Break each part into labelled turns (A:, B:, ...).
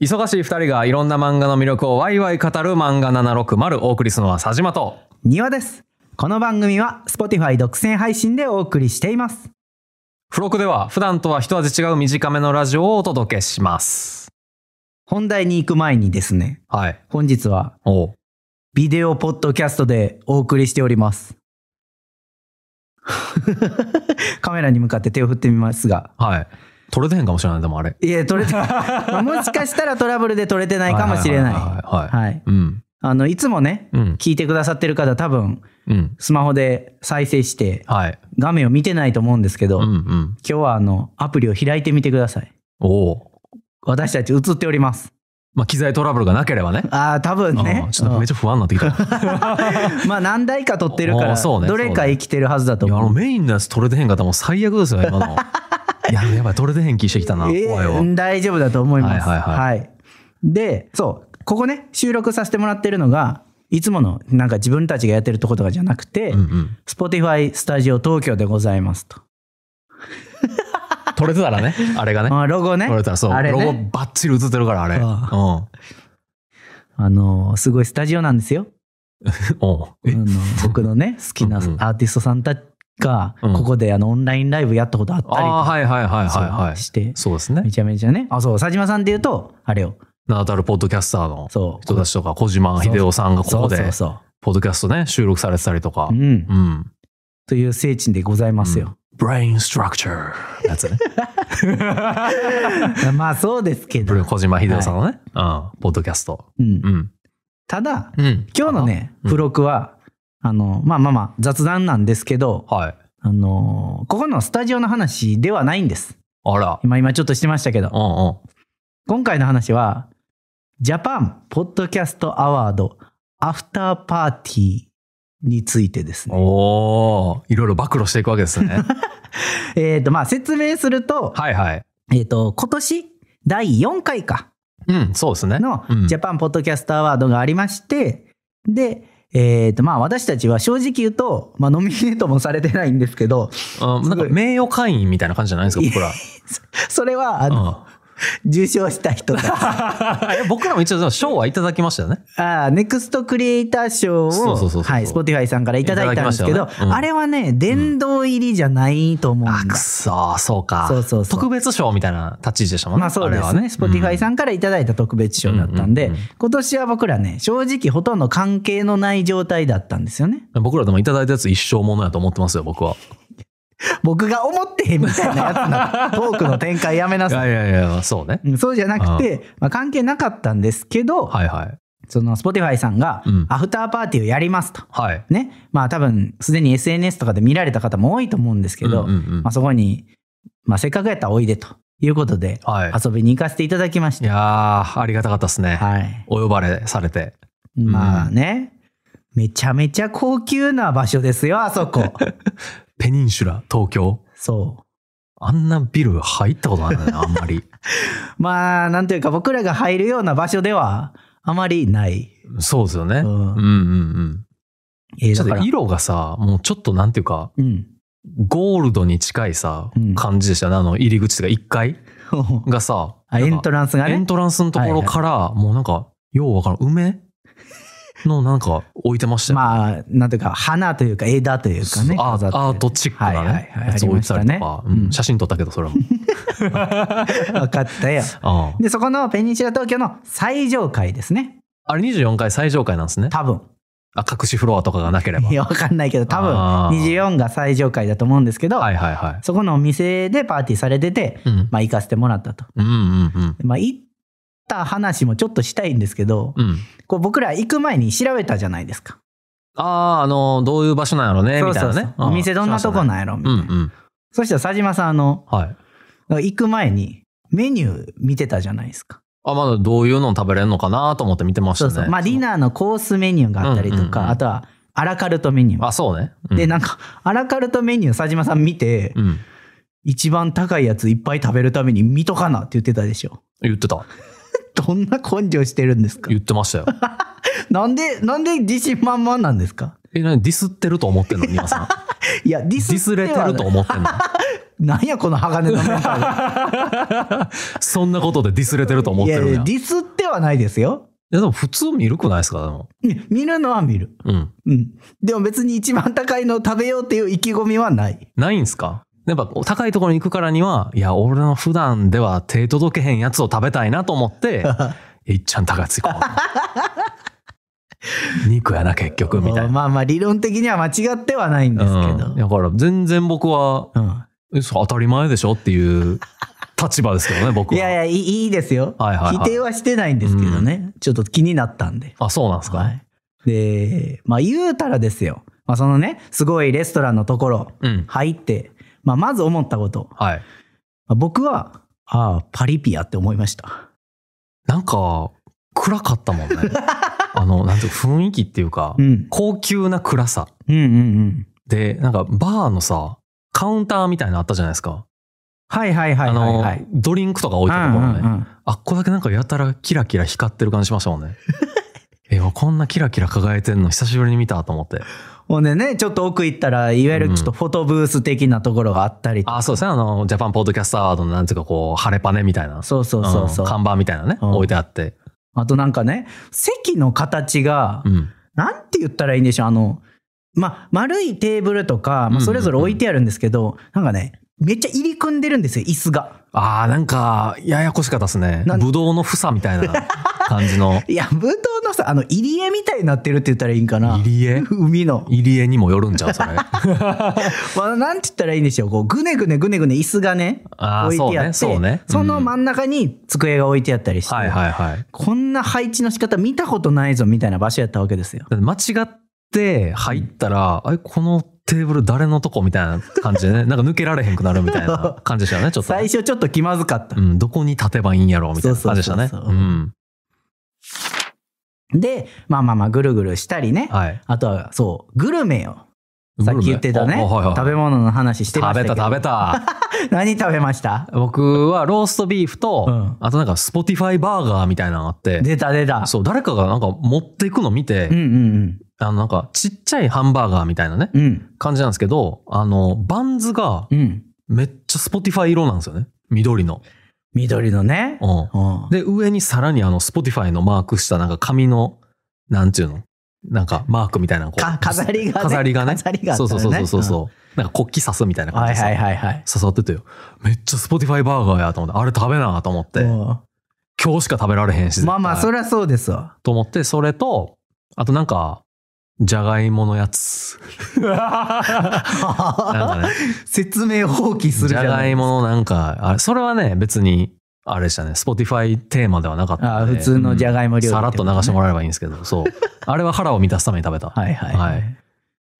A: 忙しい二人がいろんな漫画の魅力をワイワイ語る漫画760お送りするのは佐島と
B: 庭です。この番組は Spotify 独占配信でお送りしています。
A: 付録では普段とは一味違う短めのラジオをお届けします
B: 本題に行く前にですね、
A: はい
B: 本日は
A: おう
B: ビデオポッドキャストでお送りしております。 カメラに向かって手を振ってみますが、
A: はい取れてへんかもしれないでもあれ
B: いえ、撮れて、まあ もしかしたらトラブルで撮れてないかもしれない。
A: は
B: は
A: はいはいはい、はい
B: い。
A: うん
B: あの、いつもね、
A: うん
B: 聞いてくださってる方多分、
A: うん
B: スマホで再生して、
A: はい
B: 画面を見てないと思うんですけど、
A: うんう
B: 今
A: ん
B: 日はあの、アプリを開いてみてください。
A: おおう
B: 私たち映っております。
A: まあ機材トラブルがなければね
B: ああ、多分 ね
A: うん。ちょっとめっちゃ不安になってきたい
B: うんまあ何台か撮ってるか
A: あー
B: ら、
A: そうね
B: どれか生きてるはずだと
A: やあの
B: 思う。
A: メインのやつ取れてへんかったらもう最悪ですよ今 のいややばい取れてへん気してきたな、
B: えー
A: 怖いわ
B: うん大丈夫だと思います。
A: はいはい
B: はい。で、そう、ここね、収録させてもらってるのが、いつものなんか自分たちがやってるとことかじゃなくて
A: うん、うん、
B: Spotify スタジオ東京でございますと。
A: 取れてたらねあれがね
B: あーロゴね
A: 取。れたらそう、
B: あれ
A: ロ
B: ね
A: ゴバッチリ映ってるからあれ
B: あ
A: う
B: あのー、すごいスタジオなんですよ。
A: んうん
B: あ
A: え
B: の僕のね、好きなア
A: うんうん
B: ーティストさんたちが、
A: うん
B: ここであのオンラインライブやったことあったりと
A: ああ
B: か
A: はいはいはいはいはい
B: そうして、
A: そうですね
B: めちゃめちゃね。あ、そう、佐島さんっていうと、あれを、
A: 名だたるポッドキャスターの
B: そう。
A: 人たちとか小島秀夫さんがここ
B: そ
A: で
B: うそう
A: ポッドキャストね収録されてたりとか
B: そう。うん
A: う。ん
B: という聖地でございますよ。
A: ブレインストラクチャーやつ ね
B: まあそうですけど。
A: 小島秀夫さんのねうんポッドキャスト
B: うん
A: うん
B: ただ、
A: うん
B: 今日のね、
A: うん
B: 付録は、あの、まあまあまあ、雑談なんですけど、
A: はい
B: あの、ここのスタジオの話ではないんです。
A: あら
B: 今、今ちょっとしてましたけ
A: うん
B: ど、
A: うん
B: 今回の話は、ジャパンポッドキャストアワードアフターパーティーについてですね。
A: おーいろいろ暴露していくわけですね
B: えっ、と、まあ説明すると、
A: はいはい
B: えっ、と、今年第4回か。
A: うんそうですね
B: の
A: うん
B: ジャパンポッドキャストアワードがありまして、で、えーと、まあ私たちは正直言うと、まあノミネートもされてないんですけど、
A: うんなんか名誉会員みたいな感じじゃないですか僕ら
B: それは、あの、
A: うん
B: 受賞した 人たち。
A: いや僕らも一応その賞はいただきましたよね。
B: ああ、ネクストクリエイター賞を、
A: そうそうそうそう
B: はい、Spotify さんからいただいたんです
A: い
B: け
A: た
B: ど、
A: だきましたよねうん
B: あれはね、殿堂入りじゃないと思うんだ。
A: あ、くそ、そうか。
B: そうそうそう
A: 特別賞みたいな立ち位置でしたもんね。
B: まあそうで
A: れ
B: す
A: は
B: ね。Spotify
A: ん。
B: さんからいただいた特別賞だったんで、
A: うんうんうん
B: 今年は僕らね、正直ほとんど関係のない状態だったんですよね。
A: うん僕らでもいただいたやつ一生ものやと思ってますよ、僕は。
B: 僕が思ってへんみたいなやつのトークの展開やめな いさい。
A: やいやいや、そうね。
B: うんそうじゃなくて、まあ、関係なかったんですけど、
A: はいはい。
B: その Spotify さんが
A: うん
B: アフターパーティーをやりますと。
A: はい。
B: ね。まあ多分、すでに SNS とかで見られた方も多いと思うんですけど、
A: うんうんうん
B: まあ、そこに、まあ、せっかくやったらおいでということで、
A: はい。
B: 遊びに行かせていただきまし
A: い
B: た。
A: やー、ありがたかったですね。
B: はい。
A: お呼ばれされて。ん
B: まあね、めちゃめちゃ高級な場所ですよ、あ そこ。
A: ペニンシュラ、東京。
B: そう。
A: あんなビル入ったことないよ ね、あんまり。
B: まあ、なんというか僕らが入るような場所ではあまりない。
A: そうですよね。
B: う
A: うんうん
B: ん
A: うん。
B: えー
A: ちょっと
B: だから
A: 色がさ、もうちょっとなんていうか、
B: うん。
A: ゴールドに近いさ
B: うん、
A: 感じでしたね。あの、入り口とか1階がさ、
B: あ
A: な
B: エ
A: んか
B: ントランスが
A: エ
B: ね
A: ン。トランスのところから、もうなんか、ようわからん、梅のなんか置いてま したよ。
B: まあ、なんというか、花というか枝というかね。
A: ア
B: 飾
A: ー
B: って
A: アートチックな
B: はい
A: ね
B: はいはい、
A: やつ置いてたりとか
B: あ、りましたね
A: うん
B: うん
A: 写真撮ったけど、それ も。
B: 分かったよ。
A: ああ
B: で、そこのペニンシュラ東京の最上階ですね。
A: あれ24階最上階なんですね。
B: 多分。
A: あ隠しフロアとかがなければ。
B: いや、わかんないけど、多分
A: あー
B: 24が最上階だと思うんですけど、
A: はいはいはい。
B: そこのお店でパーティーされてて、
A: うん。
B: まあ、行かせてもらったと。
A: うんうんうん。
B: まあ、行った話もちょっとしたいんですけど、
A: うん。
B: こう僕ら行く前に調べたじゃないですか。
A: ああ、あの、どういう場所なんやろね、みたいな
B: そうそう
A: ね
B: そ。うお店どんなとこ
A: ん
B: なんやろみ
A: う
B: たい
A: ん
B: な。
A: うん。
B: そしたら佐島さん、あの、
A: はい。
B: 行く前にメニュー見てたじゃないですか。
A: あ、まだどういうの食べれるのかなと思って見てまし
B: そ
A: た
B: う
A: ね。
B: そう。まあ、ディナーのコースメニューがあったりとか、
A: うんうんうん
B: あとはアラカルトメニュー。
A: あ、そうね。うん
B: で、なんか、アラカルトメニュー、佐島さん見て、
A: うん。
B: 一番高いやついっぱい食べるために見とかなって言ってたでしょ。
A: 言ってた。
B: どんな根性してるんですか
A: 言ってましたよ。
B: なんで、なんで自信満々なんですか
A: え、なにディスってると思ってんの、皆さん。
B: いや、ディ
A: ディ
B: ス
A: ス
B: って
A: れて
B: は
A: ると思ってんの。
B: なんやこの鋼のメ ンタ
A: そんなことでディスれてると
B: ル。
A: 思っ
B: い
A: て
B: や
A: るん
B: い
A: や。
B: や、デ
A: い
B: ィスってはないですよ。
A: や、でも普通見るくないですかでも。
B: うん見るのは見る。
A: うん。
B: うん。でも別に一番高いのを食べようっていう意気込みはない。
A: ないんすかやっぱ高いところに行くからには、いや、俺の普段では手届けへんやつを食べたいなと思って、 いっちゃん高いやつ行こう。肉やな、結局、みたいな。
B: まあまあ理論的には間違ってはないんですけ
A: うん、だ
B: ど。
A: から全然僕は
B: うん。
A: えそう当たり前でしょっていう立場ですけどね僕
B: い
A: は
B: やいや、いいいいですよ。
A: はいはいはい
B: 否定はしてないんですけどね。ちょっと気になったんで。
A: あそうなんですか、
B: はいで、まあ言うたらですよ。まあそのね、すごいレストランのところ
A: うん
B: 入って、まあまず思ったこと。
A: はい
B: まあ僕は、ああ、パリピアって思いました。
A: なんか暗かった もんねあのなんていうか雰囲気っていうか、
B: うん。
A: 高級な暗さ
B: うんうんうん。
A: でなんかバーのさカウンターみたいなのあったじゃないですか、
B: はいはいはいはい、はい。
A: あのドリンクとか置いてるところね、
B: うんうんうん
A: あっこだけなんかやたらキラキラ光ってる感じしましたも んねえこんなキラキラ輝いてんの久しぶりに見たと思って
B: ほんでね、ちょっと奥行ったら、いわゆるちょっとフォトブース的なところがあったりとか、
A: あそうですねあのジャパンポッドキャストアワードのなんていうかこう晴れパネみたいな
B: そうそうそうそう。
A: ん看板みたいなね、
B: うん
A: 置いてあって、
B: あとなんかね、席の形が
A: う、ん、
B: なんて言ったらいいんでしょう、あの、まあ、丸いテーブルとか、
A: うんうん
B: ま
A: う
B: あ、
A: ん
B: それぞれ置いてあるんですけど、なんかね、めっちゃ入り組んでるんですよ、椅子が。
A: あーなんかややこしかったですね
B: なん
A: ぶどうの房みたいな感じ の
B: いや、ぶどうのさ、あの、入り江みたいになってるって言ったらいいんかな。
A: 入江
B: 海の。
A: 入り江にもよるんちゃ うそれ
B: まあ、なんて言ったらいいんでしょう、こう、ぐねぐねぐねぐね椅子がね、
A: あ
B: 置
A: ー
B: いてあ
A: そ
B: っ
A: う
B: て、
A: ねそうね
B: その真
A: うん
B: 中に机が置いてあったりして。
A: はいはいはいだ
B: こんな配置の仕方見たことないぞみたいな場所やったわけですよ。
A: って間違って入ったら、あれこのテーブル誰のとこみたいな感じで ねなんか抜けられへんくなるみたいな感じでしたよねちょっとね
B: 最初ちょっと気まずかった
A: う。ん、どこに立てばいいんやろうみたいな感じでしたね
B: そうそ
A: う
B: うそうそうんで、まあまあまあぐるぐるしたりね。
A: はい
B: あとは、そう、グルメよ。さっき言ってたね。
A: おおはいはい
B: 食べ物の話してま
A: 食
B: し
A: べ
B: たけど
A: た食べた
B: た。何食べました
A: 僕はローストビーフと、
B: うん
A: あとなんかスポティファイバーガーみたいなのがあって
B: 出た出た。
A: そう誰かがなんか持っていくの見て、
B: うんうん
A: あのなんかちっちゃいハンバーガーみたいなね、
B: うん。うん
A: 感じなんですけどあのバンズが
B: うん。
A: めっちゃスポティファイ色なんですよね緑の、
B: 緑のね。
A: うん、
B: うん
A: で上にさらにあのスポティファイのマークしたなんか紙のなんていうのなんかマークみたいなのこう
B: か飾りがね
A: 飾りがね
B: 飾りがあった
A: そう
B: よね
A: そうそうそうそう、なんか国旗刺すみたいな感じ
B: は
A: で
B: い
A: さ、
B: はいはいはい。
A: 刺さっててめっちゃスポティファイバーガーやと思ってあれ食べなと思って、
B: うん
A: 今日しか食べられへんし
B: まあまあ、
A: 絶対
B: そりゃそうで すわ。
A: と思って、それと、あとなんか、じゃがいものやつ。なんかね、
B: 説明放棄す
A: じ
B: るじ
A: ゃ
B: ゃ
A: が
B: ないい
A: ものなんか、あれそれはね、別に、あれでしたね、Spotify テーマではなかった
B: あ
A: ん
B: あ
A: で。
B: 普通のじゃ
A: い
B: がいも料理、
A: さらっと流して
B: も
A: もらえればいいんですけど、そう。あれは腹を満たすために食べ た。っ
B: はいはいはい。
A: はい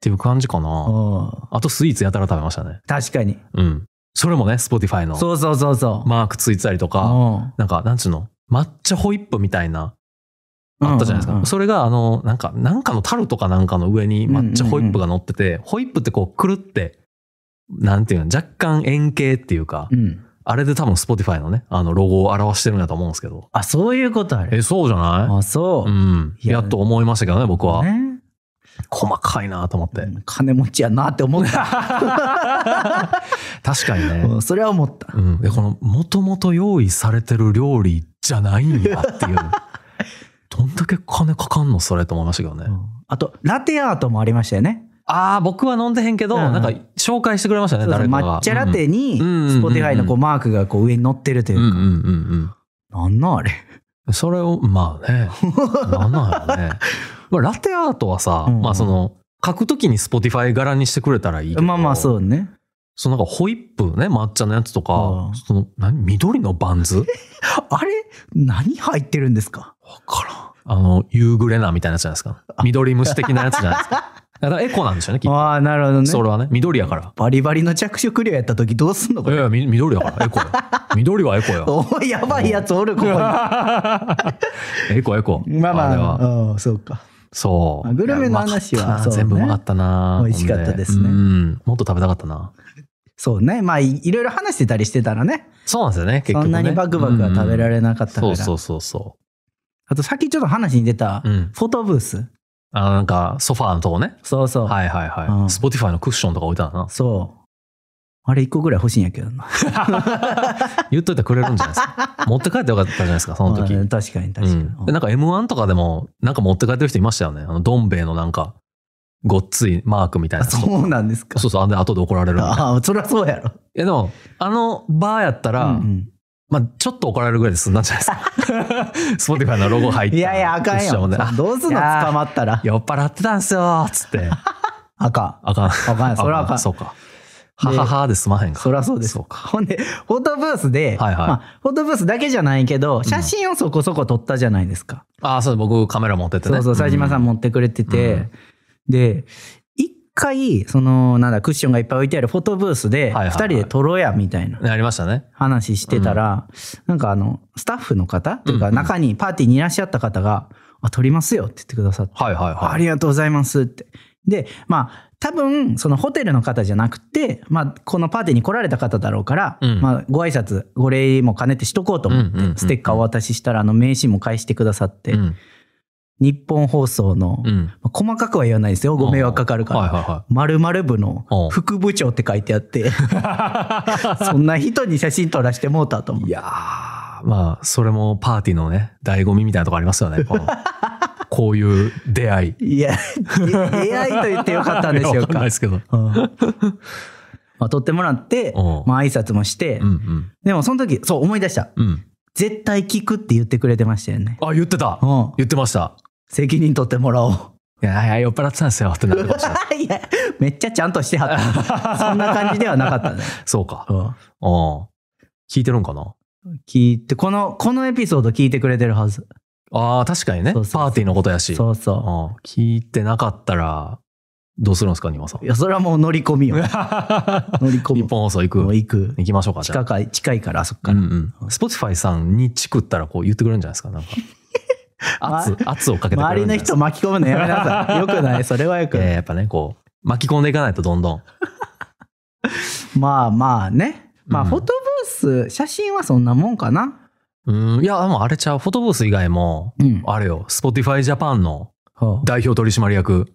A: ていう感じかな。
B: うん
A: あとスイーツやたら食べましたね。
B: 確かに。
A: うん。それもね、Spotify の
B: そうそうそうそう。
A: マークついてたりとか、
B: あ
A: なんか、なんちゅうの、抹茶ホイップみたいなあったじゃないですか、それがあのなんかなんかのタルとかなんかの上に抹茶ホイップが乗ってて、ホイップってこうくるってなんていうの若干円形っていうか、
B: うんうん
A: あれで多分 Spotify のねあのロゴを表してるんだと思うんですけど
B: あ、そういうことある。
A: えそうじゃない
B: あ、そうう。
A: ん
B: いや
A: やっと思いましたけどね僕は、
B: ね
A: 細かいなと思って、
B: うん金持ちやなって思った。
A: 確かにね、
B: うんそれは思った。
A: うん、でこのもともと用意されてる料理じゃないんやって いうどんだけ金かかんのそれと思いましたけどね、
B: あと、ラテアートもありましたよね。
A: ああ、僕は飲んでへんけど、
B: うんうん
A: なんか紹介してくれましたね、
B: そうそう
A: 誰かが。
B: 抹茶ラテに、
A: うんうんうんうん
B: スポティファイのこうマークがこう上に乗ってるとい
A: うんう
B: う。
A: んうんうん
B: なんなんあれ。
A: うん。それを、まあ ね、なんなんやろね。まあ、ラテアートはさ、
B: うんうん
A: まあその、書くときに Spotify 柄にしてくれたらいいけど。。
B: まあまあ、そううね。
A: そのなんかホイップね、抹茶のやつとか、
B: うん
A: その、何緑のバンズ
B: あれ何入ってるんですか
A: わからん。あの、夕暮れなみたいなやつじゃないですか。緑虫的なやつじゃないです か。だからエコなんでしょうね、きっと。
B: ああ、なるほどね。
A: それはね、緑やから。
B: バリバリの着色料やった時どうすんのこ
A: いやい
B: れ。
A: や、み緑やから、エコよ。緑はエ コよ。
B: お前やばいやつおる、ここに。
A: エコエコ。
B: まあ
A: れは
B: まあ、うんそうか。
A: そう。
B: グルメの話は
A: うまかったな
B: そうね
A: 全部うまかったな。
B: 美味しかったですね
A: うん。もっと食べたかったな。
B: そうね。まあ、いいろいろ話してたりしてたらね。
A: そうなんですよね、結
B: そ
A: 局ね。
B: んなにバクバクは食べられなかったから。
A: うんそうそうそ
B: あと、さっきちょっと話に出た
A: うそう。、うん。
B: フォトブース。
A: あのなんか、ソファーのとこね。
B: そうそう。
A: はいはい
B: うん
A: はい。スポティファイのクッションとか置いてあるな。
B: そあれ一個ぐらい欲しいんやけどな。
A: 言っといてくれるんじゃないですか。持って帰ってよかったじゃないですか、その時。
B: まあ 確かに確かに。
A: うん、でなんか M1 とかでも、なんか持って帰ってる人いましたよね。あの、どん兵衛のなんか、ごっついマークみたい
B: あ
A: な。
B: そうなんですか。
A: そうそう、あんで後で怒られるみたいな。
B: ああ、そりゃそうやろ。
A: いやでも、あのバーやったら、
B: うん
A: まあちょっと怒られるぐらいで済んだんじゃないですか。 スポティファイのロゴ入っ
B: うん
A: て。
B: いやいや、あかんよ。どうすんの捕まったら。
A: 酔っ払ってたんすよ、つって。
B: あか
A: あかん。
B: ん。あかん。そりゃあかん。
A: そうか。はははで済まへんか。
B: そりゃそうです。
A: そうか。
B: ほんで、フォトブースで、
A: はいはい
B: まあ、フォトブースだけじゃないけど、写真をそこそこ撮ったじゃないですか。
A: ああ、そう、僕カメラ持っててね。
B: そうそう、冴島さん持ってくれてて、
A: うん
B: で、一回、その、なんだ、クッションがいっぱい置いてあるフォトブースで、
A: はいはいは
B: 二
A: い
B: 人で撮ろうや、みたいな
A: うん。ありましたね。
B: 話してたら、なんかあの、スタッフの方という
A: う
B: か、
A: んうん
B: 中にパーティーにいらっしゃった方が、あ、撮りますよって言ってくださって、
A: はいはい
B: あ
A: はい。
B: りがとうございますって。で、まあ、多分、そのホテルの方じゃなくて、まあ、このパーティーに来られた方だろうから、
A: うん
B: まあ、ご挨拶、ご礼も兼ねてしとこうと思って、
A: うんうんうんうん
B: ステッカーお渡ししたら、あの、名刺も返してくださって、
A: うん。
B: 日本放送の、
A: うん。
B: まあ細かくは言わないですよ。ご迷惑かかるから。
A: はいはいは
B: 〇〇部の
A: うん
B: 副部長って書いて あって、そんな人に写真撮らしてもうたと思う
A: い。い。やー、まあ、それもパーティーのね、醍醐味みたいなとこありますよね。 このこういう出 会い。
B: いや、AI と言ってよかったんでし
A: いや
B: ょう
A: わかんない
B: か
A: で。すけど。
B: うんまあ、撮ってもらって
A: うん、
B: まあ挨拶もして、
A: うんうん。
B: でもその時、そう思い出した。
A: うん。
B: 絶対聞くって言ってくれてましたよね。
A: あ、言ってた。
B: うん
A: 言ってました。
B: 責任取ってもらおう。
A: いやいや、酔っ払ってたんですよってなってました。
B: いや、めっちゃちゃんとしては った。そんな感じではなかったね。
A: そうか。
B: うん
A: うん。聞いてるんかな
B: 聞いて、この、このエピソード聞いてくれてるはず。
A: ああ、確かにね。
B: そうそうそう
A: パーティーのことやし。
B: そうそう。
A: うん聞いてなかったら、どうするんですか、ニワさん
B: い。や、それはもう乗り 込みよ。乗り込
A: 日
B: む。
A: 本放送行
B: もう
A: く。
B: 行く。
A: 行きましょうか、じゃあ
B: 近。い、近いから、あそっか
A: う
B: ら。
A: んうん。スポティファイさんにチクったらこう言ってくれるんじゃないですか、 なんか。圧、圧をかけてく
B: 周
A: れる
B: り
A: んじ
B: の
A: ゃないですか。
B: 人巻き込むのやめなさい。よくない、それはよく
A: え
B: な
A: ー
B: い。
A: やっぱね、こう、巻き込んでいかないとどんどん。
B: まあまあね。まあ、
A: うん
B: フォトブース、写真はそんなもんかな。
A: うん、いや、でもあれちゃう。フォトブース以外も、
B: うん。
A: あれよ、スポティファイジャパンの
B: ほう
A: 代表取締 役、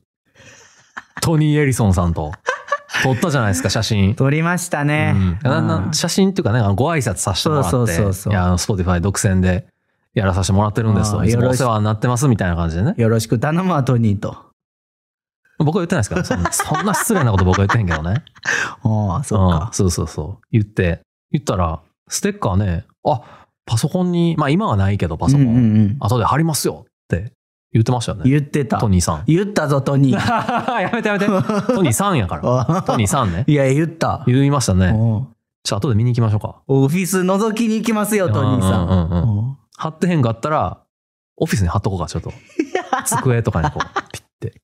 A: トニー・エリソンさんと、撮ったじゃないですか、写真。
B: 撮りましたね
A: うん。なな
B: うん
A: 写真っていうかね、あのご挨拶させてもらって、
B: そうそうそうそう
A: いや、スポティファイ独占でやらさせてもらってるんです
B: あ
A: と、
B: ー
A: いつも
B: よろ
A: お
B: し
A: 世話になってますみたいな感じでね。
B: よろしく頼むわ、トニーと。
A: 僕は言ってないですから、そ んなそんな失礼なこと僕は言ってへんけどね。
B: ああ、 そっ
A: うん
B: か。
A: そうそうそう。言って、言ったら、ステッカーね、あパソコンに、まあ今はないけど、パソコン、
B: うんうんうん
A: 後で貼りますよって言ってましたよね。
B: 言ってた。
A: ト。ニーさん
B: 言ったぞ、トニー。
A: やめてやめて。 トニーさんや から。トニーさんね。
B: いや、言った。
A: 言いましたね。
B: うん
A: ちょっと後で見に行きましょうか。
B: オフィス覗きに行きますよ、トニーさ。
A: うんんうんうんうん
B: うん
A: 貼ってへんかったら、オフィスに貼っとこうか、ちょっ と。机とかにこう、ピッて。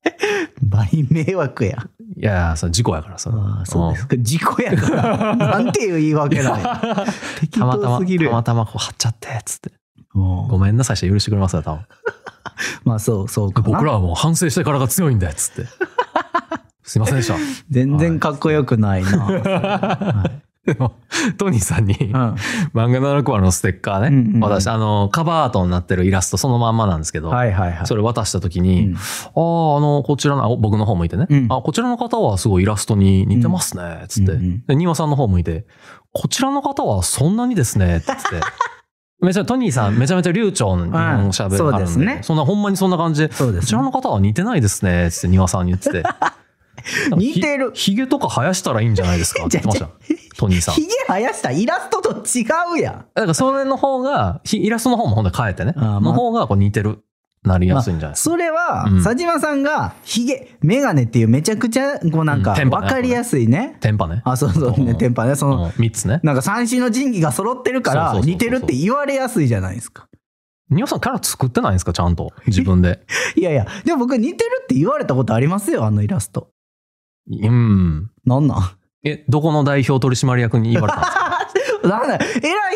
B: 倍迷惑や。
A: いやいや、それ事故やから、それ。
B: ああ、そうですか。事故や から。なんていう言い訳なんや。適
A: たまた
B: 当
A: ま、
B: すぎる
A: た
B: やん。
A: またまこう貼っちゃって、つって。
B: う
A: ご
B: ん
A: めんなさいして許してくれますよ、多分。
B: まあ、そう、そうかな。
A: 僕らはもう反省してからが強いんだよ、つ って。すいませんでした。
B: 全然かっこよくないな。
A: でも、トニーさんに、
B: うん
A: 漫画の6話のステッカーね、
B: うんうんうん
A: 私、あの、カバーアートになってるイラストそのまんまなんですけど、
B: はいはいはい。
A: それ渡した時に、
B: うん
A: ああ、あの、こちらの、あ僕の方向いてね、
B: うん
A: あ、こちらの方はすごいイラストに似てますね、つって。
B: うんうん
A: で、ニワさんの方向いて、こちらの方はそんなにですね、つ って。めちゃトニーさん、めちゃめちゃ流暢に日本語喋る
B: うん
A: あるんで、
B: そうですね
A: そんな、ほんまにそんな感 じで、
B: そうで
A: こち
B: すね
A: らの方は似てないですね、つってニワさんに言ってて。
B: 似てる
A: ひひげとか生やしたらいいんじゃないです かって言ってましたよ。トニーさん。
B: ひげ生やしたイラストと違うや
A: だからそれの方が、ひイラストの方もほんで変えてね。
B: あーまあ
A: の方がこう似てる、なりやすいんじゃない
B: ん。
A: ですか。
B: それは、
A: うん
B: 佐島さんがひげ、メガネっていうめちゃくちゃ、こうなんか、
A: うんテンパ
B: わ
A: ね
B: かりやすいね。
A: テンパね。
B: あ、そうそう
A: う
B: ね、
A: ん
B: テンパね。その、
A: 3つね。
B: なんか三種の神器が揃ってるから、
A: そうそうそうそう
B: 似てるって言われやすいじゃないですか。
A: ニオさんキャラ作ってないんですかちゃんと。自分で。
B: いやいや、でも僕似てるって言われたことありますよ、あのイラスト。
A: うん。
B: なんなん
A: え、どこの代表取締役に言われたんですか
B: なんなん偉い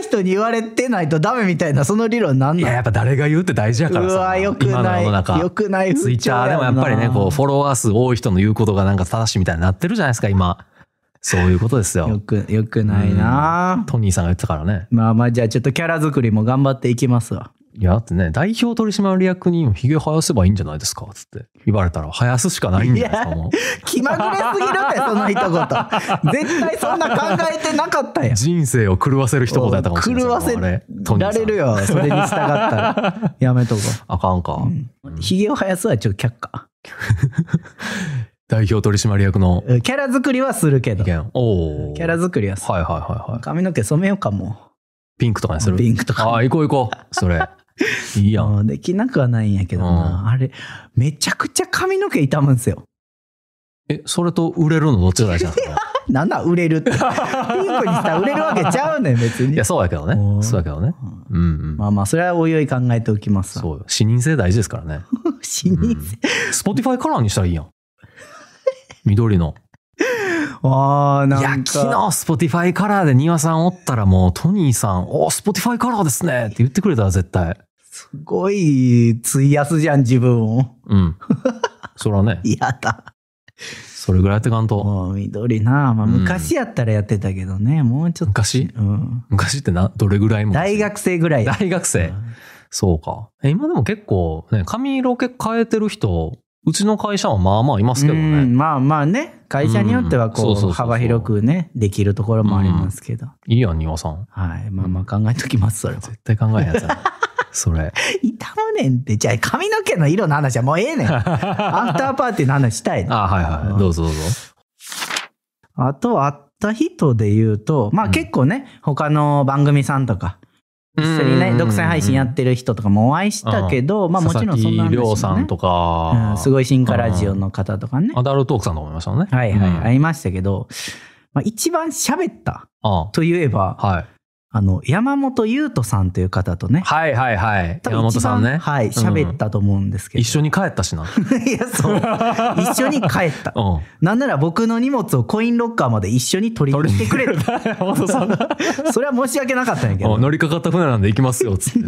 B: 人に言われてないとダメみたいな、その理論な ん
A: いや、
B: なん
A: やっぱ誰が言うって大事や
B: う
A: からさ。
B: わ、よく
A: 今の
B: な
A: 世の
B: い。よ
A: 中。
B: くない風
A: ツイッタ
B: 潮
A: ーでもやっ
B: な
A: ぱりね、こう、フォロワー数多い人の言うことがなんか正しいみたいになってるじゃないですか、 今。そういうことです
B: よ
A: よ。
B: く、よくないな
A: トニーさんが言ってたからね。
B: まあまあ、じゃあちょっとキャラ作りも頑張っていきますわ。
A: いや、だってね、代表取締役にもヒゲ生やせばいいんじゃないですかつって言われたら、生やすしかないんじゃないですか、もう。
B: 気まぐれすぎるって、そんな一言。絶対そんな考えてなかったやん。
A: 人生を狂わせる一言やったかもしれない。
B: 狂わせ
A: あれ
B: られる。よ、それに従ったら。やめとこ
A: あかんか。
B: う。ひげを生やすはちょっと却下。
A: 代表取締役の
B: うんキャラ作りはするけ
A: 意
B: ど。キ
A: 見。おお。
B: ャラ作りはする。
A: はいはいはいはい。
B: 髪の毛染めようかも
A: ピンクとかにす
B: う。
A: る。
B: ピンクとか。
A: ああ、行こう行こう。そ れ。いいやん。
B: うんできなくはないんやけどな、
A: うん
B: あれめちゃくちゃ髪の毛傷むんすよ
A: え、それと売れるのどっちが大事なんですか
B: なんだ売 れるってピンクにしたら売れるわけちゃうねん別に
A: いや、そうやけど
B: うん
A: ね。そうやけどね。
B: うん
A: うんうん。
B: まあまあそれはおいおい考えておきます
A: そうよ。視認性大事ですからね。
B: 死にせ、
A: スポティファイカラーにしたらいいや ん。緑の。
B: あー
A: いや
B: なん、か
A: 昨日スポティファイカラーで庭さんおったらもうトニーさん、おスポティファイカラーですねって言ってくれたら絶対。
B: すごい費やすじゃん自分を
A: うん。そらね、
B: 嫌だ
A: それぐらいやってかんと。
B: もう緑なまあ
A: うん
B: 昔やったらやってたけどね、もうちょっと、
A: 昔
B: うん、
A: 昔ってな、どれぐらいも
B: 大学生ぐらいや
A: 大学生
B: う。ん
A: そうか。え今でも結構ね、髪色結構変えてる人、うちの会社はまあまあいますけど
B: う
A: ね。
B: んまあまあね会社によっては
A: う
B: こ
A: んそうそうそうそう
B: う幅広くねできるところもありますけど、
A: いいやん、庭さん。
B: はいまあまあ考えときますそれは
A: 絶対考えへんやつやなそれ。
B: 痛むねんってじゃあ髪の毛の色の話はもうええね んアフターパーティーの話したいねん
A: あはいは
B: うん
A: い。どうぞどうぞ。
B: あと会った人で言うとまあ
A: うん
B: 結構ね、他の番組さんとか一緒にね独占配信やってる人とかもお会いしたけど、まあもちろんそんな
A: 佐々木亮
B: 話も
A: さ
B: ね
A: んとか、
B: うん、すごい進化ラジオの方とかね、
A: アダルトークさんと思いましたね。
B: はいはい、
A: うん
B: 会いましたけど、まあ、一番喋った
A: あ
B: といえば、
A: はい。
B: あの山本優斗さんという方とね、
A: はいはいはい。
B: 多
A: 山
B: 分
A: 本
B: 一
A: さん
B: 番
A: ね。
B: はい、喋ったと思うんですけど。
A: 一緒に帰ったしな。
B: い や、そう。一緒に帰った。
A: うん。
B: なんなら僕の荷物をコインロッカーまで一緒に取りに来てくれた。
A: 山本さんが。
B: それは申し訳なかったんやけど
A: うん。乗りかかった船なんで行きますよ、 つって。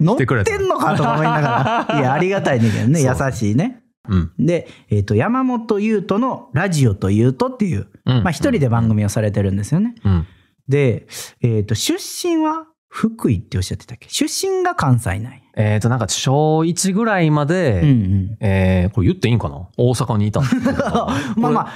B: 乗っ
A: 来てくれた
B: てんのかと思いながら。い や、ありがたいねんだけどね、
A: そう
B: 優しいね。
A: うん。
B: で、えっ、と、山本優斗のラジオというとっていう、
A: うん
B: まあ一人で番組をされてるんですよね。
A: うん。
B: で、えっ、と、出身は福井っておっしゃってたっけ出身が関西なんや。
A: えっと、なんか小1ぐらいま
B: うんう
A: で、
B: ん。
A: えーこれ言っていいんかな大阪にい たんですけど
B: まあまあ、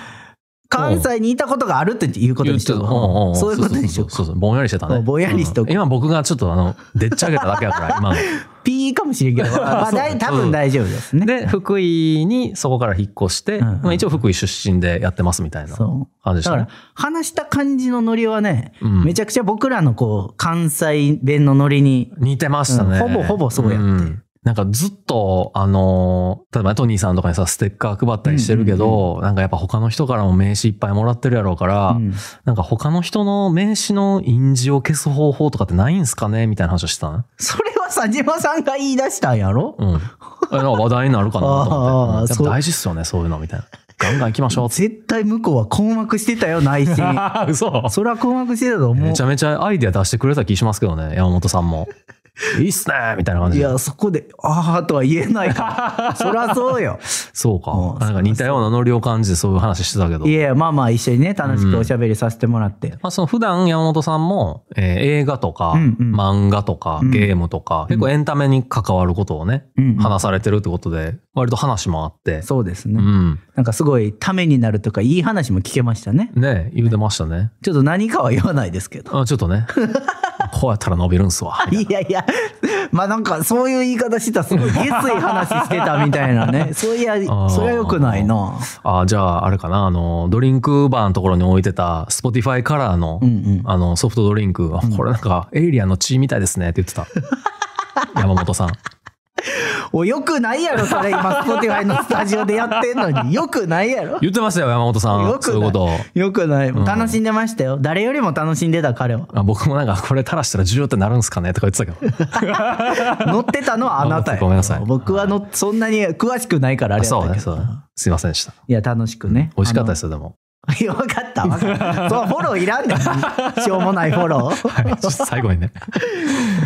B: 関西にいたことがあるっていうこと
A: 言
B: に
A: っ
B: してと
A: た
B: こ
A: ん
B: う。
A: ん
B: そういうことにしと
A: そうそ
B: こ
A: うぼんやりしてたね。
B: ぼんやりしとこう
A: うん今僕がちょっとあの、でっち上げただけやから、 今の。
B: う。ピーかもしれんけど、 まあ、だい多分大丈夫ですね。
A: で、福井にそこから引っ越して、
B: うんうん
A: まあ一応福井出身でやってますみたいな
B: そ
A: 感じで
B: う。
A: し
B: だ
A: た
B: か
A: ね
B: ら。、話した感じのノリはね、
A: うん
B: めちゃくちゃ僕らのこう、関西弁のノリに、
A: 似てましたね、
B: うんほぼほぼそうやって
A: なんかずっとあのー例えばトニーさんとかにさステッカー配ったりしてるけど、なんかやっぱ他の人からも名刺いっぱいもらってるやろうから、
B: うん
A: なんか他の人の名刺の印字を消す方法とかってないんすかねみたいな話をしてたね
B: それは佐島さんが言い出したんやろ
A: うんえなんか話題になるかなと
B: ああ
A: 思って、うんやっぱ
B: そう
A: 大事っすよねそういうのみたいなガンガン行きましょうって
B: 絶対向こうは困惑してたよ、内心。
A: 嘘
B: それは困惑してたと思う
A: めち。ゃめちゃアイデア出してくれた気しますけどね山本さんもいいっすねみたいな感
B: い
A: じで
B: や、そこで、ああとは言えな いから。そりゃそうよ。
A: そうか
B: うん
A: なんか似たようなノリを感じでそういう話してたけど
B: いやいや、まあまあ一緒にね、楽しくおしゃべりさせてもらって。
A: まあ、その普段山本さんも、えー映画とか、
B: うんうん
A: 漫画とか
B: うん
A: ゲームとか、結構エンタメに関わることをね、
B: うんうん
A: 話されてるってことで割と話もあって
B: そうです
A: う
B: ね。
A: ん
B: なんかすごいためになるとか、いい話も聞けましたね。
A: ね言うてましたね
B: ちょっと何かは言わないですけど。
A: あちょっとね こうやったら伸びるんすわ
B: いやいや、まあなんかそういう言い方してたらすごい下水話してたみたい なね。そういや、
A: ー
B: それは良くないな。
A: あじゃああれかなあのドリンクバーのところに置いてた Spotify カラーの,、
B: うんうん
A: あのソフトドリンク、あこれなんかエイリアンの血みたいですねって言 ってた山本さん
B: お、良くないやろ、それ今、スポティファイのスタジオでやってんのに。良くないやろ。
A: 言ってましたよ山本さ
B: よくなんい
A: そういうことを
B: 良くない。
A: ん
B: 楽しんでましたよ。誰よりも楽しんでた、彼は。
A: あ僕もなんかこれ垂らしたら重要ってなるんすかねとか言ってたけど
B: 乗ってたのはあなたや
A: ごめんなさい
B: 僕はの、そんなに詳しくないからあれやったけ
A: そう
B: ど
A: ねそうねすいませんでした
B: いや楽しくね
A: 美味しかったですすよでも、
B: よかったわかったそうフォローいらんねんしょうもないフォ ロー、
A: はい、ちょっと最後に ね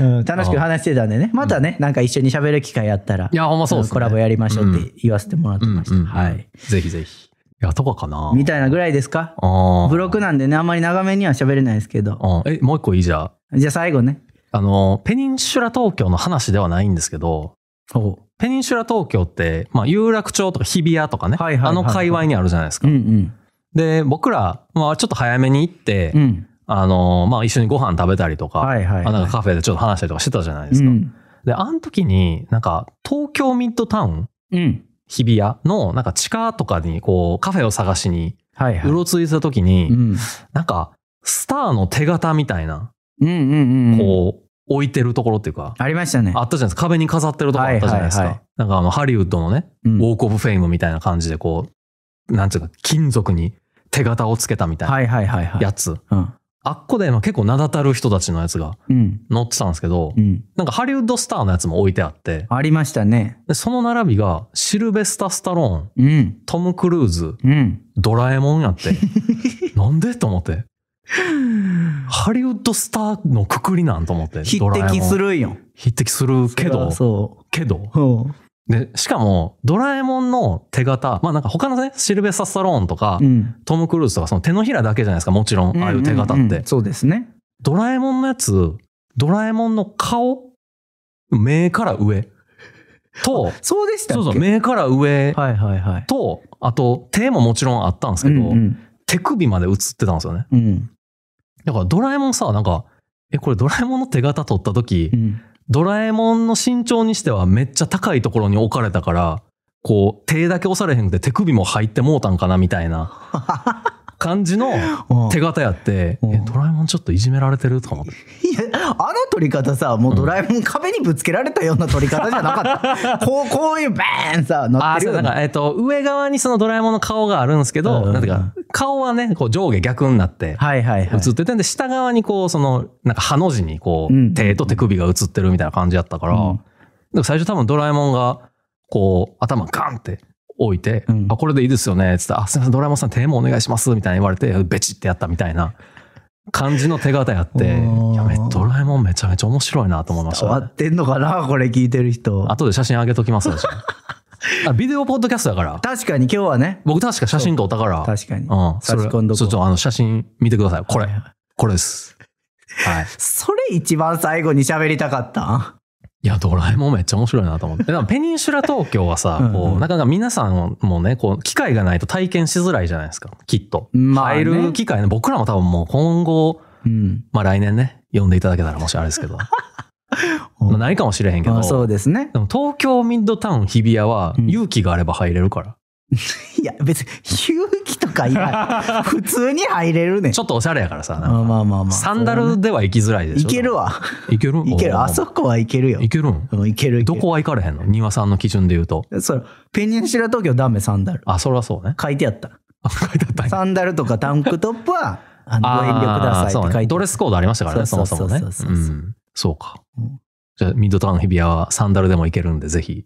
B: うん楽しく話してたんでねまたねなんか一緒に喋る機会あったら
A: いやほんまそうですね
B: コラボやりましょうって言わせてもらって
A: うん
B: ました、
A: うん
B: は
A: はいいぜひぜひいやとかかな
B: みたいなぐらいですか
A: あー
B: ブロックなんでねあんまり長めには喋れないですけど
A: うんえもう一個いいじゃん
B: じゃあ最後ね
A: あの、ペニンシュラ東京の話ではないんですけど、
B: ほう。
A: ペニンシュラ東京って、まあ、有楽町とか日比谷とかね、
B: はいはいはいはい
A: あの界隈にあるじゃないですか。
B: うんうん。
A: で、僕ら、まあ、ちょっと早めに行って、
B: うん。
A: あの、まあ、一緒にご飯食べたりとか、
B: はいはいはい。
A: まあなんかカフェでちょっと話したりとかしてたじゃないで
B: う
A: すか。
B: ん。
A: で、あの時に、なんか、東京ミッドタウン、
B: うん。
A: 日比谷の、なんか地下とかに、こう、カフェを探しに、
B: はいは
A: う
B: い。
A: ろついてた時に、
B: うん。
A: なんか、スターの手形みたいな、
B: うんうんうん。
A: こう、置いてるところっていうか、
B: ありましたね。
A: あったじゃないですか。壁に飾ってるところあったじゃないですか。
B: はいはいは
A: なんかあの、ハリウッドのね、
B: うん
A: ウォークオブフェイムみたいな感じで、こう、なんつうか、金属に手形をつけたみたいな
B: はいはいはいはい。
A: やつ。
B: うん。
A: あっこで、まあ、結構名だたる人たちのやつが
B: うん。
A: 載ってたんですけど、
B: うん。
A: なんかハリウッドスターのやつも置いてあって、
B: ありましたね。
A: でその並びが、シルベスタ・スタローン、
B: うん。
A: トム・クルーズ、
B: うん。
A: ドラえもんや って。なんでと思って。ハリウッドスターのくくりなんと思って。
B: 匹
A: ドラえもん
B: 敵す。るんよ。
A: 匹敵するけど、
B: そ
A: けど
B: う。。ほ
A: で、しかも、ドラえもんの手形、まあなんか他のね、シルベスタ・スタローンとか、
B: う。うん。
A: トム・クルーズとか、その手のひらだけじゃないですか、もちろん、ああいう手形って。
B: んんうんそうですね。
A: ドラえもんのやつ、ドラえもんの顔、目から上 と、
B: そうでしたっ
A: そ
B: け
A: うそう、目から上
B: はいはいはい。
A: と、あと、手ももちろんあったんですけど、
B: うん
A: 手首まで映ってたんですよね。
B: うん。うん
A: だからドラえもんさ、なんか、え、これドラえもんの手形取った時、
B: うん。
A: ドラえもんの身長にしてはめっちゃ高いところに置かれたから、こう、手だけ押されへんくて手首も入ってもうたんかなみたいな 感じの手形やって、
B: うん
A: え、ドラえもんちょっといじめられてるとか思って。
B: いや、あの撮り方さ、もうドラえもん壁にぶつけられたような撮り方じゃなか った。こう、こういうバーンさ、乗
A: あ
B: っ
A: あ、
B: て
A: そ
B: る
A: う、
B: よ
A: な
B: うんな。
A: か、えっ、と、上側にそのドラえもんの顔があるんですけど、
B: うん
A: なんていうか、顔はね、こう上下逆になって、
B: はいはいはい。
A: 映ってて、で、下側にこう、その、なんか、ハの字にこう、
B: うん
A: 手と手首が映ってるみたいな感じやったから、
B: うん
A: だから最初多分ドラえもんが、こう、頭ガンって置いて、
B: うん
A: あ、これでいいですよね、つって、あ、すいません、ドラえもんさん手もお願いします、みたいな言われて、ベチってやったみたいな感じの手形やって、
B: おー
A: いや、めドラえもんめちゃめちゃ面白いなと思いまし
B: 伝わ
A: た、ね。
B: ってんのかなこれ聞いてる人。
A: 後で写真あげときます、私 あビデオポッドキャストだから、
B: 確かに今日はね。
A: 僕確か写真撮ったから、
B: 確か
A: う
B: に。
A: ん、それ、
B: 差
A: ち
B: し込んどこう
A: ょっとあの写真見てください。これ
B: はいはい、
A: これです。はい。
B: それ一番最後に喋りたかった
A: いや、ドラえもんめっちゃ面白いなと思って。でもペニンシュラ東京は
B: うん
A: さ
B: う、ん
A: こう、なかなか皆さんもね、こう、機会がないと体験しづらいじゃないですか、きっと。
B: まあ
A: 入
B: ね
A: る機会ね、僕らも多分もう今後、
B: うん。
A: まあ来年ね、呼んでいただけたらもしあれですけ ど、
B: うん
A: まあないかもしれへんけ
B: ま
A: ど、
B: あそう
A: で
B: ですね。
A: も東京ミッドタウン日比谷は
B: うん
A: 勇気があれば入れるから。
B: いや、別に、勇気とか いない。普通に入れるね。
A: ちょっとおしゃれやからさ、
B: まあ
A: なんか
B: まあまあまあ。
A: サンダルでは行きづらいでし
B: い
A: ょ。
B: けるわ。
A: いける
B: いける。あそこはいけるよ。
A: いけるん
B: うんいけるいける。
A: どこは行かれへんの庭さんの基準で言うと。
B: そうペニンシュラ東京ダメサンダル。
A: あ、それはそうね。
B: 書いてあった。
A: あ書いてあったんや
B: サンダルとかタンクトップ は、あのご遠慮ください
A: あ
B: って
A: ーそう
B: 書いてあ
A: ね
B: った
A: ドレスコードありましたからね、そ
B: そう
A: も
B: そ
A: そう
B: そ
A: もね。
B: うそうそううそうん
A: そうか
B: うん。
A: じゃあ、ミッドタウン日比谷はサンダルでも行けるんで、ぜひ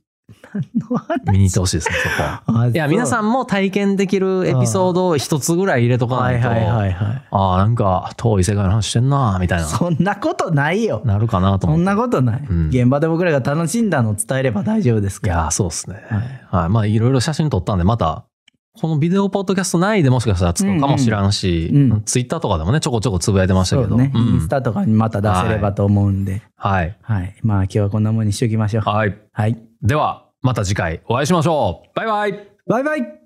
A: 見に行ってほしいですね、そこ は。
B: あ
A: いや、皆さ
B: ん、
A: んも体験できるエピソードを一つぐらい入れとか
B: は
A: ないいと、
B: はい
A: あ
B: はいはい。
A: あー、なんか遠い世界の話してんなー、みたいな、
B: そんなことないよ。
A: なるかなと
B: そ
A: 思って。
B: んなことない、
A: うん
B: 現場で僕らが楽しんだのを伝えれば大丈夫です
A: い
B: から。
A: やー、そうですね。
B: はい
A: はい。まあ、いろいろ写真撮ったんで、また、このビデオポッドキャスト内でもしかしたらつくかもしらんし、
B: うんうん
A: ツイッターとかでもね、ちょこちょこつぶやいてました
B: そ
A: けど。
B: うね、
A: うん
B: インスタとかにまた出せればと思うんで、
A: はい。
B: はい、まあ今日はこんなもんにしときましょう。
A: はい。
B: はい。
A: では、また次回お会いしましょう。バイバイ。
B: バイバイ